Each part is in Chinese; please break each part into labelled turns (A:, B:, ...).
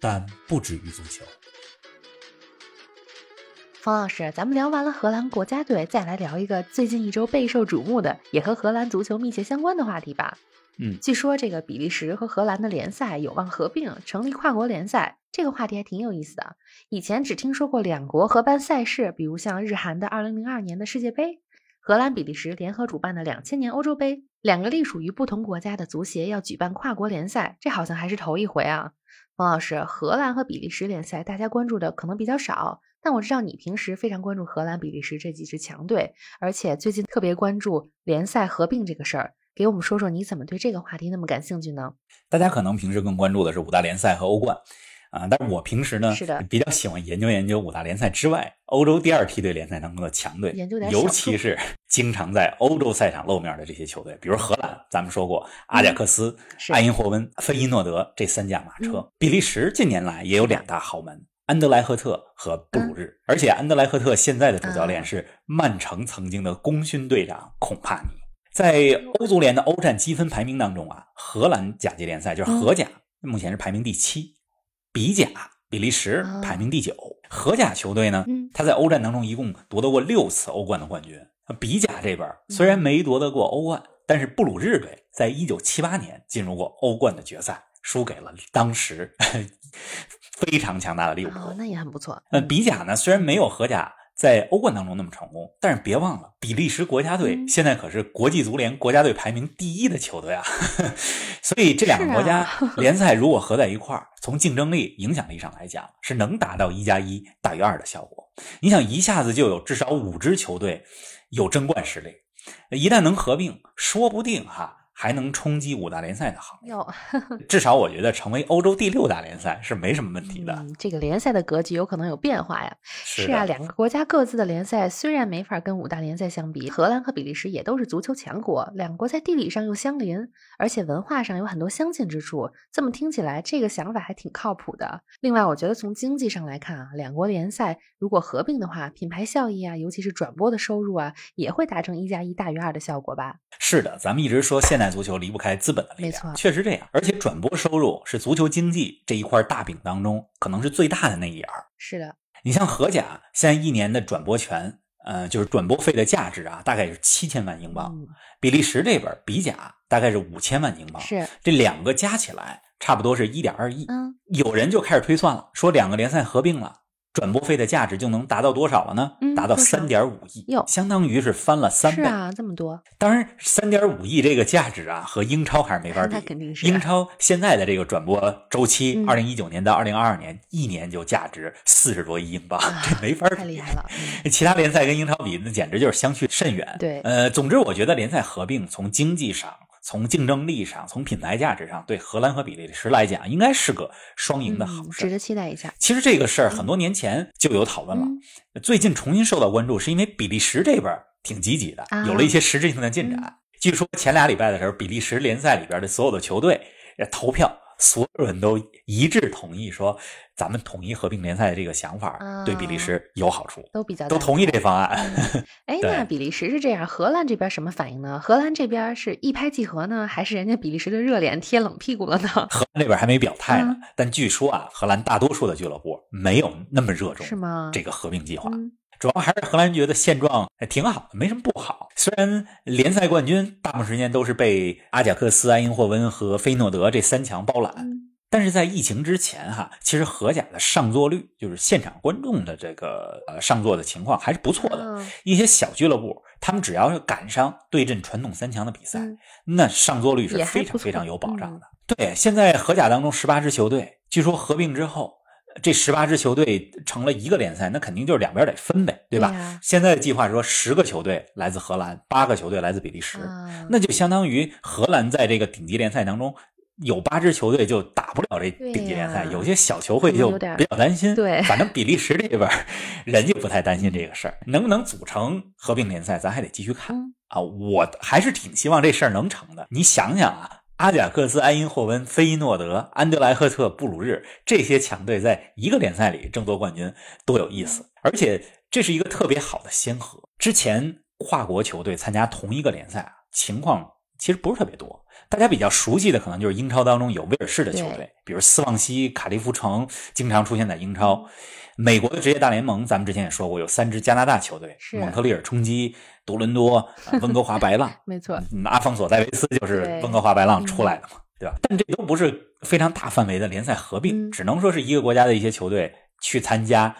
A: 但不止于足球。
B: 方老师，咱们聊完了荷兰国家队，再来聊一个最近一周备受瞩目的，也和荷兰足球密切相关的话题吧。
A: 嗯，
B: 据说这个比利时和荷兰的联赛有望合并，成立跨国联赛。这个话题还挺有意思的。以前只听说过两国合办赛事，比如像日韩的2002年的世界杯，荷兰、比利时联合主办的2000年欧洲杯，两个隶属于不同国家的足协要举办跨国联赛，这好像还是头一回啊。王老师，荷兰和比利时联赛大家关注的可能比较少，但我知道你平时非常关注荷兰、比利时这几支强队，而且最近特别关注联赛合并这个事儿。给我们说说你怎么对这个话题那么感兴趣呢？
A: 大家可能平时更关注的是五大联赛和欧冠啊，但是我平时呢
B: 是的
A: 比较喜欢研究研究五大联赛之外欧洲第二梯队联赛当中的强队，
B: 研究点小
A: 尤 其是经常在欧洲赛场露面的这些球队，比如荷兰，咱们说过阿贾克斯、
B: 嗯是
A: 埃因霍温、费因诺德这三驾马车。
B: 嗯
A: 比利时近年来也有两大豪门。安德莱赫特和布鲁
B: 嗯
A: 日，而且安德莱赫特现在的主教练是曼城曾经的功勋队长孔帕尼。在欧足联的欧战积分排名当中啊，荷兰甲级联赛就是
B: 嗯
A: 荷甲，目前是排名第七，比甲比利时
B: 哦
A: 排名第九。荷甲球队呢，
B: 嗯
A: 他在欧战当中一共夺得过六次欧冠的冠军。比甲这边虽
B: 嗯
A: 然没夺得过欧冠，但是布鲁日队在一九七八年进入过欧冠的决赛，输给了当时 非常强大的利物浦。
B: 哦，那也很不错。
A: 呃，比甲呢虽然没有荷甲在欧冠当中那么成功，但是别忘了，比利时国家队
B: 嗯
A: 现在可是国际足联国家队排名第一的球队啊， 所以这两
B: 啊
A: 个国家 联赛如果合在一块儿，从竞争力、影响力上来讲，是能达到一加一大于二的效果。你想一下子就有至少五支球队有争冠实力，一旦能合并，说不定哈、还能冲击五大联赛的行列。
B: 哟，
A: 至少我觉得成为欧洲第六大联赛是没什么问题的。
B: 嗯，这个联赛的格局有可能有变化呀。
A: 是
B: 是
A: 的
B: 啊，两个国家各自的联赛虽然没法跟五大联赛相比，荷兰和比利时也都是足球强国，两国在地理上又相邻，而且文化上有很多相近之处。这么听起来，这个想法还挺靠谱的。另外，我觉得从经济上来看啊，两国联赛如果合并的话，品牌效益啊，尤其是转播的收入啊，也会达成一加一大于二的效果吧？
A: 是的，咱们一直说现代足球离不开资本的力量，
B: 没错
A: 确实这样。而且转播收入是足球经济这一块大饼当中可能是最大的那一眼儿。
B: 是的，
A: 你像荷甲现在一年的转播权，呃，就是转播费的价值啊，大概是七千万英镑；
B: 嗯，
A: 比利时这边比甲大概是五千万英镑，
B: 是，
A: 这两个加起来差不多是一点二亿。
B: 嗯，
A: 有人就开始推算了，说两个联赛合并了，转播费的价值就能达到多少了呢？
B: 嗯
A: 达到
B: 多少
A: 三点五亿
B: 哟，
A: 相当于是翻了三
B: 是
A: 倍。
B: 啊，这么多，
A: 当然，三点五亿这个价值啊，和英超还是没法比。
B: 那肯定是啊
A: 英超现在的这个转播周期，
B: 嗯
A: 二零一九年到二零二二年，一年就价值四十多亿英镑， 这没法比。
B: 太厉害了，嗯
A: 其他联赛跟英超比，那简直就是相去甚远。
B: 对
A: 呃，总之我觉得联赛合并，从经济上、从竞争力上、从品牌价值上，对荷兰和比利时来讲，应该是个双赢的好
B: 嗯
A: 事。
B: 值得期待一下。
A: 其实这个事儿很多年前就有讨论了，
B: 嗯
A: 最近重新受到关注，是因为比利时这边儿挺积极的
B: 啊，嗯
A: 有了一些实质性的进展。据说前俩礼拜的时候，比利时联赛里边的所有的球队呃投票，所有人都一致同意说，咱们统一合并联赛的这个想法
B: 啊
A: 对比利时有好处，
B: 都比较
A: 都
B: 赞
A: 同意
B: 同
A: 这方案。
B: 哎，
A: 对
B: 那比利时是这样，荷兰这边什么反应呢？荷兰这边是一拍即合呢，还是人家比利时的热脸贴冷屁股了 呢？
A: 荷兰这边还没表态
B: 嗯
A: 呢，但据说啊，荷兰大多数的俱乐部没有那么热衷
B: 是吗？
A: 这个合并计划。
B: 嗯，
A: 主要还是荷兰人觉得现状还挺好的，没什么不好。虽然联赛冠军大部分时间都是被阿贾克斯、埃因霍温和菲诺德这三强包揽，
B: 嗯
A: 但是在疫情之前哈，其实荷甲的上座率，就是现场观众的这个呃上座的情况还是不错的。
B: 啊
A: 一些小俱乐部，他们只要是赶上对阵传统三强的比赛，
B: 嗯
A: 那上座率是
B: 也还
A: 非
B: 不
A: 常
B: 错嗯
A: 非常有保障的。对，现在荷甲当中十八支球队，据说合并之后，呃这十八支球队成了一个联赛，那肯定就是两边得分呗，对吧？
B: 对呀
A: 现在的计划说，十个球队来自荷兰，八个球队来自比利时，
B: 啊
A: 那就相当于荷兰在这个顶级联赛当中有八支球队就打不了这
B: 对
A: 顶级联赛，
B: 呀
A: 有些小球会
B: 可能
A: 就
B: 有点儿
A: 比较担心。
B: 对
A: 反正比利时这边儿人就不太担心这个事儿，能不能组成合并联赛，咱还得继续看。
B: 嗯
A: 啊，我还是挺希望这事儿能成的。你想想啊，阿贾克斯、埃因霍温、菲诺德、安德莱赫特、布鲁日这些强队在一个联赛里争夺冠军，多有意思！而且这是一个特别好的先河。之前跨国球队参加同一个联赛啊，情况其实不是特别多。大家比较熟悉的可能就是英超当中有威尔士的球队
B: 对，
A: 比如斯旺西、卡利夫城，经常出现在英超。美国的职业大联盟，咱们之前也说过，有三支加拿大球队：
B: 是
A: 蒙特利尔冲击、多伦多、啊温哥华白浪。
B: 没错，
A: 嗯阿方索戴维斯就是
B: 对嗯
A: 温哥华白浪出来的嘛，对吧？但这都不是非常大范围的联赛合并，
B: 嗯
A: 只能说是一个国家的一些球队去参加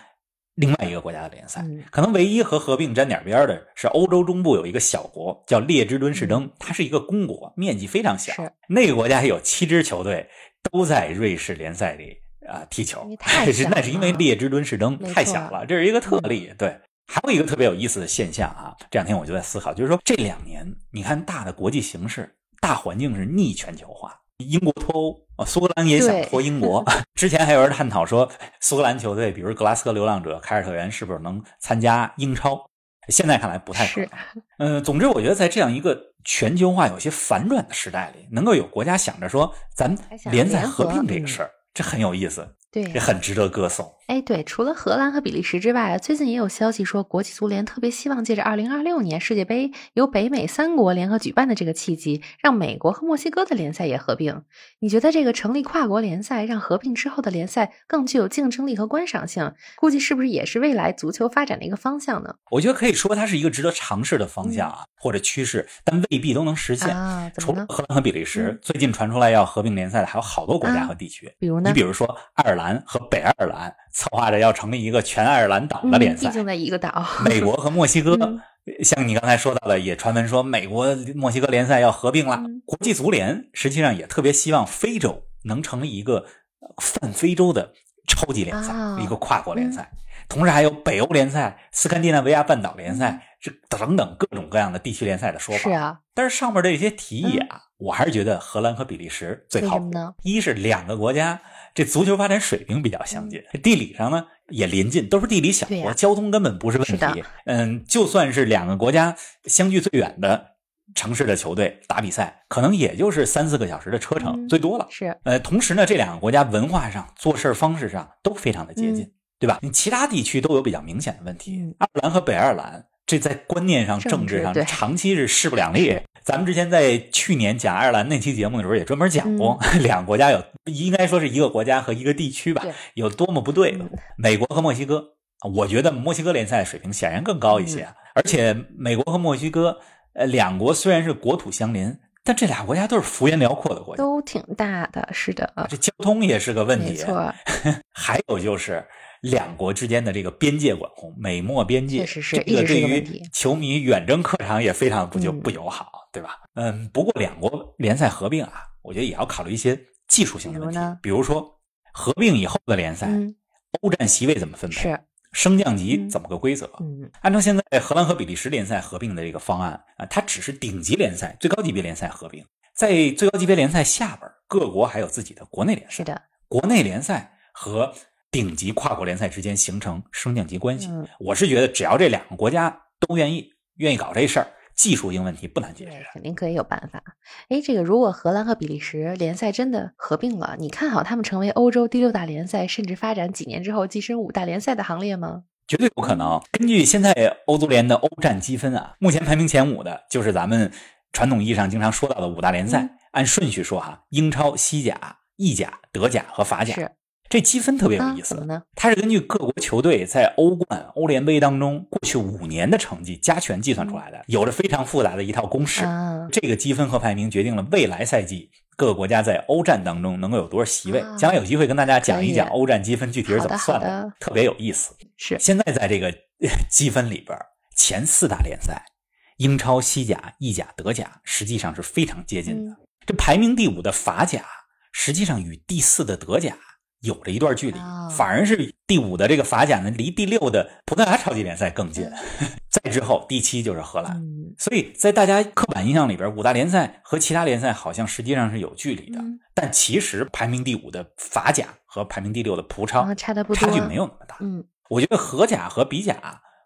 A: 另外一个国家的联赛。
B: 嗯
A: 可能唯一和合并沾点边儿的是欧洲中部有一个小国叫列支敦士登，它是一个公国，面积非常小
B: 嗯是。
A: 那个国家有七支球队都在瑞士联赛里啊、踢球
B: 因为，太
A: 是
B: 小
A: 那是因为
B: 了
A: 列支敦士登
B: 没
A: 太
B: 错嗯
A: 小了，这是一个特例。对，还有一个特别有意思的现象啊，这两天我就在思考，就是说这两年你看大的国际形势、大环境是逆全球化，英国脱欧啊，苏格兰也想
B: 对
A: 脱英国。 之前还有人探讨说，苏格兰球队，比如格拉斯哥流浪者、凯尔特人，是不是能参加英超？现在看来不太可能
B: 是。
A: 嗯、总之我觉得在这样一个全球化有些反转的时代里，能够有国家想着说咱
B: 还想
A: 联赛
B: 联
A: 合
B: 合
A: 并这个
B: 嗯
A: 事儿，这很有意思，
B: 对
A: 也很值得歌颂。
B: 哎，对，除了荷兰和比利时之外，最近也有消息说，国际足联特别希望借着2026年世界杯由北美三国联合举办的这个契机，让美国和墨西哥的联赛也合并。你觉得这个成立跨国联赛，让合并之后的联赛更具有竞争力和观赏性，估计是不是也是未来足球发展的一个方向呢？
A: 我觉得可以说它是一个值得尝试的方向啊，或者趋势，但未必都能实现。
B: 啊，怎
A: 除
B: 么
A: 了
B: 呢？
A: 荷兰和比利时，
B: 嗯
A: 最近传出来要合并联赛的还有好多国家
B: 啊
A: 和地区。
B: 比如
A: 你
B: 呢
A: 比？如说，爱尔兰和北爱尔兰策划着要成立一个全爱尔兰岛的
B: 嗯
A: 联赛
B: 毕，竟在一个岛，
A: 美国和墨西哥
B: 嗯，
A: 像你刚才说到的，也传闻说美国墨西哥联赛要合并了
B: 嗯。
A: 国际足联实际上也特别希望非洲能成立一个泛非洲的超级联赛，
B: 啊
A: 一个跨国联赛。同时还有北欧联赛、斯堪的纳维亚半岛联赛，这等等各种各样的地区联赛的说法。
B: 嗯是啊，
A: 但是上面这些提议啊，我还是觉得荷兰和比利时最
B: 嗯为
A: 靠
B: 什
A: 谱
B: 么。呢？
A: 一是两个国家这足球发展水平比较相近，地理上呢也临近，都是地理小
B: 嗯对
A: 国，
B: 呀
A: 交通根本不是问
B: 是的
A: 题。嗯，就算是两个国家相距最远的城市的球队打比赛，可能也就是三四个小时的车程、
B: 嗯
A: 最多了。
B: 是
A: 呃，同时呢，这两个国家文化上、做事方式上都非常的接近，对吧？你其他地区都有比较明显的问题，
B: 嗯
A: 爱尔兰和北爱尔兰这在观念上、
B: 政
A: 政治
B: 治
A: 上
B: 对
A: 长期是势不两立。咱们之前在去年讲爱尔兰那期节目的时候，也专门讲过、 两个国家有应该说是一个国家和一个地区吧
B: 嗯对，
A: 有多么不对。
B: 嗯
A: 美国和墨西哥，我觉得墨西哥联赛水平显然更高一
B: 嗯
A: 些，啊而且美国和墨西哥呃两国虽然是国土相邻，但这俩国家都是幅员辽阔的国家。
B: 都挺大的，是的，
A: 这交通也是个问
B: 没
A: 题，
B: 错，
A: 还有就是两国之间的这个边界管控，美墨边界，
B: 确实是
A: 这
B: 一
A: 个
B: 直是
A: 对
B: 一个问
A: 于
B: 题
A: 球迷远征客场也非常不就
B: 嗯
A: 不友好，对吧？嗯，不过两国联赛合并啊，我觉得也要考虑一些技术性的问
B: 比
A: 题
B: 如呢，
A: 比如说合并以后的联赛，
B: 嗯，
A: 欧战席位怎么分配，
B: 是，
A: 升降级
B: 嗯
A: 怎么个规则？
B: 嗯，
A: 按照现在荷兰和比利时联赛合并的这个方案啊，它只是顶级联赛、最高级别联赛合并，在最高级别联赛下边儿，各国还有自己的国内联赛
B: 是。嗯的，
A: 国内联赛和顶级跨国联赛之间形成升降级关系。
B: 嗯
A: 我是觉得，只要这两个国家都愿意愿意搞这事儿，技术性问题不难解
B: 对
A: 决。，
B: 肯定可以有办法。哎，这个如果荷兰和比利时联赛真的合并了，你看好他们成为欧洲第六大联赛，甚至发展几年之后跻身五大联赛的行列吗？
A: 绝对有可能。根据现在欧足联的欧战积分啊，目前排名前五的就是咱们传统意义上经常说到的五大联赛。
B: 嗯
A: 按顺序说哈，英超、西甲、意甲、德甲和法甲，
B: 是
A: 这积分特别有
B: 啊
A: 意，思
B: 怎么。呢？
A: 它是根据各国球队在欧冠、欧联杯当中过去五年的成绩加权计算出来
B: 嗯
A: 的，有着非常复杂的一套公式。
B: 啊，
A: 这个积分和排名决定了未来赛季各个国家在欧战当中能够有多少席位。
B: 啊
A: 将来有机会跟大家讲一讲
B: 可以
A: 欧战积分具体是怎么算
B: 好的好的
A: 特别有意思。
B: 是
A: 现在在这个 呃积分里边，前四大联赛，英超、西甲、意甲、德甲，实际上是非常接近的。
B: 嗯
A: 这排名第五的法甲，实际上与第四的德甲有着一段距离
B: 哦，
A: 反而是第五的这个法甲呢，离第六的葡萄牙超级联赛更近。 再之后，第七就是荷兰。
B: 嗯
A: 所以在大家刻板印象里边，五大联赛和其他联赛好像实际上是有距离的，
B: 嗯，
A: 但其实排名第五的法甲和排名第六的葡
B: 然
A: 超
B: 后啊嗯差的不多，
A: 差距没有那么大。
B: 嗯
A: 我觉得荷甲和比甲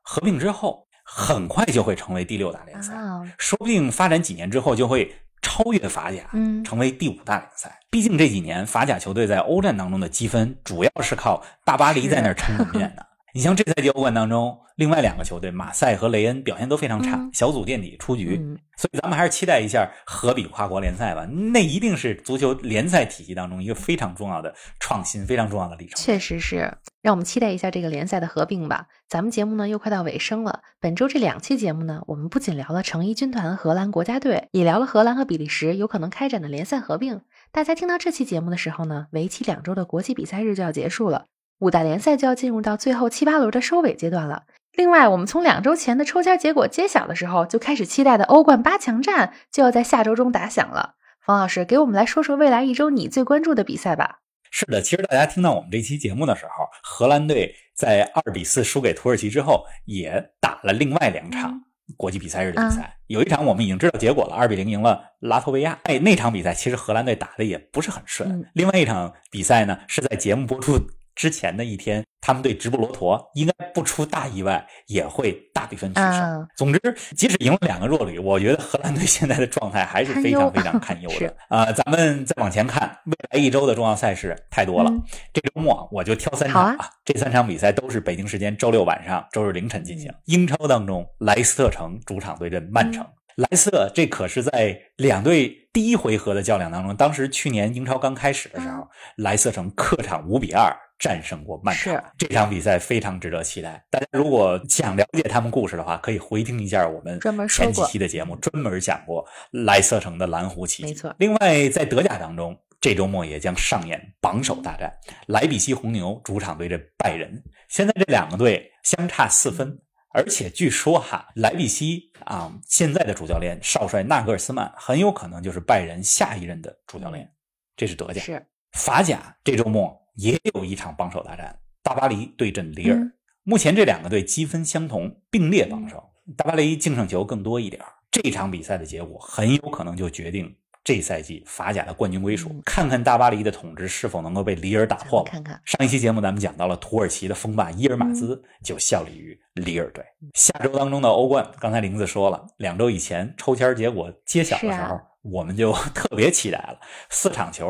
A: 合并之后，很快就会成为第六大联赛，
B: 啊，
A: 说不定发展几年之后就会超越法甲，
B: 嗯
A: 成为第五大联赛。毕竟这几年法甲球队在欧战当中的积分，主要是靠大巴黎在那儿撑门面的。你像这赛季欧冠当中，另外两个球队马赛和雷恩表现都非常差，
B: 嗯
A: 小组垫底出局。
B: 嗯，
A: 所以咱们还是期待一下荷比跨国联赛吧，那一定是足球联赛体系当中一个非常重要的创新、非常重要的里程碑。
B: 确实是，让我们期待一下这个联赛的合并吧。咱们节目呢又快到尾声了，本周这两期节目呢，我们不仅聊了成衣军团荷兰国家队，也聊了荷兰和比利时有可能开展的联赛合并。大家听到这期节目的时候呢，为期两周的国际比赛日就要结束了，五大联赛就要进入到最后七八轮的收尾阶段了。另外，我们从两周前的抽签结果揭晓的时候就开始期待的欧冠八强战就要在下周中打响了。冯老师，给我们来说说未来一周你最关注的比赛吧。
A: 是的，其实大家听到我们这期节目的时候，荷兰队在二比四输给土耳其之后，也打了另外两场国际比赛日的比赛。有一场我们已经知道结果了，二比零赢了拉脱维亚。哎，那场比赛其实荷兰队打的也不是很顺。
B: 嗯
A: 另外一场比赛呢，是在节目播出之前的一天，他们对直布罗陀应该不出大意外也会大比分取胜。
B: 啊
A: 总之，即使赢了两个弱旅，我觉得荷兰队现在的状态还是非常非常堪忧
B: 是
A: 的。呃，咱们再往前看，未来一周的重要赛事太多了。
B: 嗯
A: 这周末我就挑三
B: 好
A: 场
B: 啊
A: 这三场比赛都是北京时间周六晚上、周日凌晨进
B: 嗯
A: 行。英超当中，莱斯特城主场对阵曼城。莱斯特这可是在两队第一回合的较量当中，当时去年英超刚开始的时候，
B: 嗯
A: 莱斯特城客场五比二战胜过曼城
B: 是。
A: 这场比赛非常值得期待。大家如果想了解他们故事的话，可以回听一下我们
B: 专门说
A: 前几
B: 过
A: 期的节目，专门讲过莱斯特城的蓝狐奇迹。
B: 没错
A: 另外，在德甲当中，这周末也将上演榜首大战，莱比锡红牛主场对阵拜仁。现在这两个队相差四
B: 嗯
A: 分。而且据说哈，莱比锡啊，现在的主教练少帅纳格尔斯曼很有可能就是拜仁下一任的主教
B: 嗯
A: 练，这是德甲。
B: 是，
A: 法甲这周末也有一场榜首大战，大巴黎对阵里尔。
B: 嗯
A: 目前这两个队积分相同，并列榜首，
B: 嗯
A: 大巴黎净胜球更多一点儿。这场比赛的结果很有可能就决定这赛季法甲的冠军归属。
B: 嗯
A: 看看大巴黎的统治是否能够被里尔打
B: 咱
A: 破
B: 们
A: 吧。
B: 看看。
A: 上一期节目咱们讲到了土耳其的锋霸伊尔马兹
B: 嗯
A: 就效力于里尔队。下周当中的欧冠，刚才玲子说了，两周以前抽签结果揭晓的时
B: 是
A: 候，
B: 啊
A: 我们就特别期待了，四场球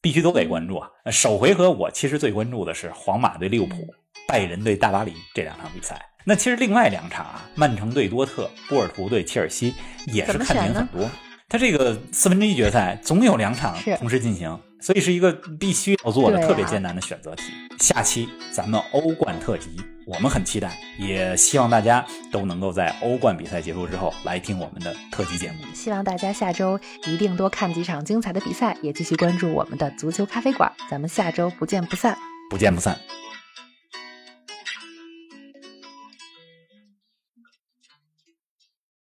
A: 必须都得关注啊。首回合我其实最关注的是皇马对利物浦、
B: 嗯
A: 拜仁对大巴黎这两场比赛。那其实另外两场啊，曼城对多特、波尔图对切尔西也是
B: 怎么
A: 看
B: 选
A: 点
B: 呢
A: 很多。它这个四分之一决赛总有两场
B: 是
A: 同时进行，所以是一个必须要做的、
B: 对啊
A: 特别艰难的选择题。下期咱们欧冠特辑，我们很期待，也希望大家都能够在欧冠比赛结束之后来听我们的特辑节目。
B: 希望大家下周一定多看几场精彩的比赛，也继续关注我们的足球咖啡馆。咱们下周不见不散。
A: 不见不散。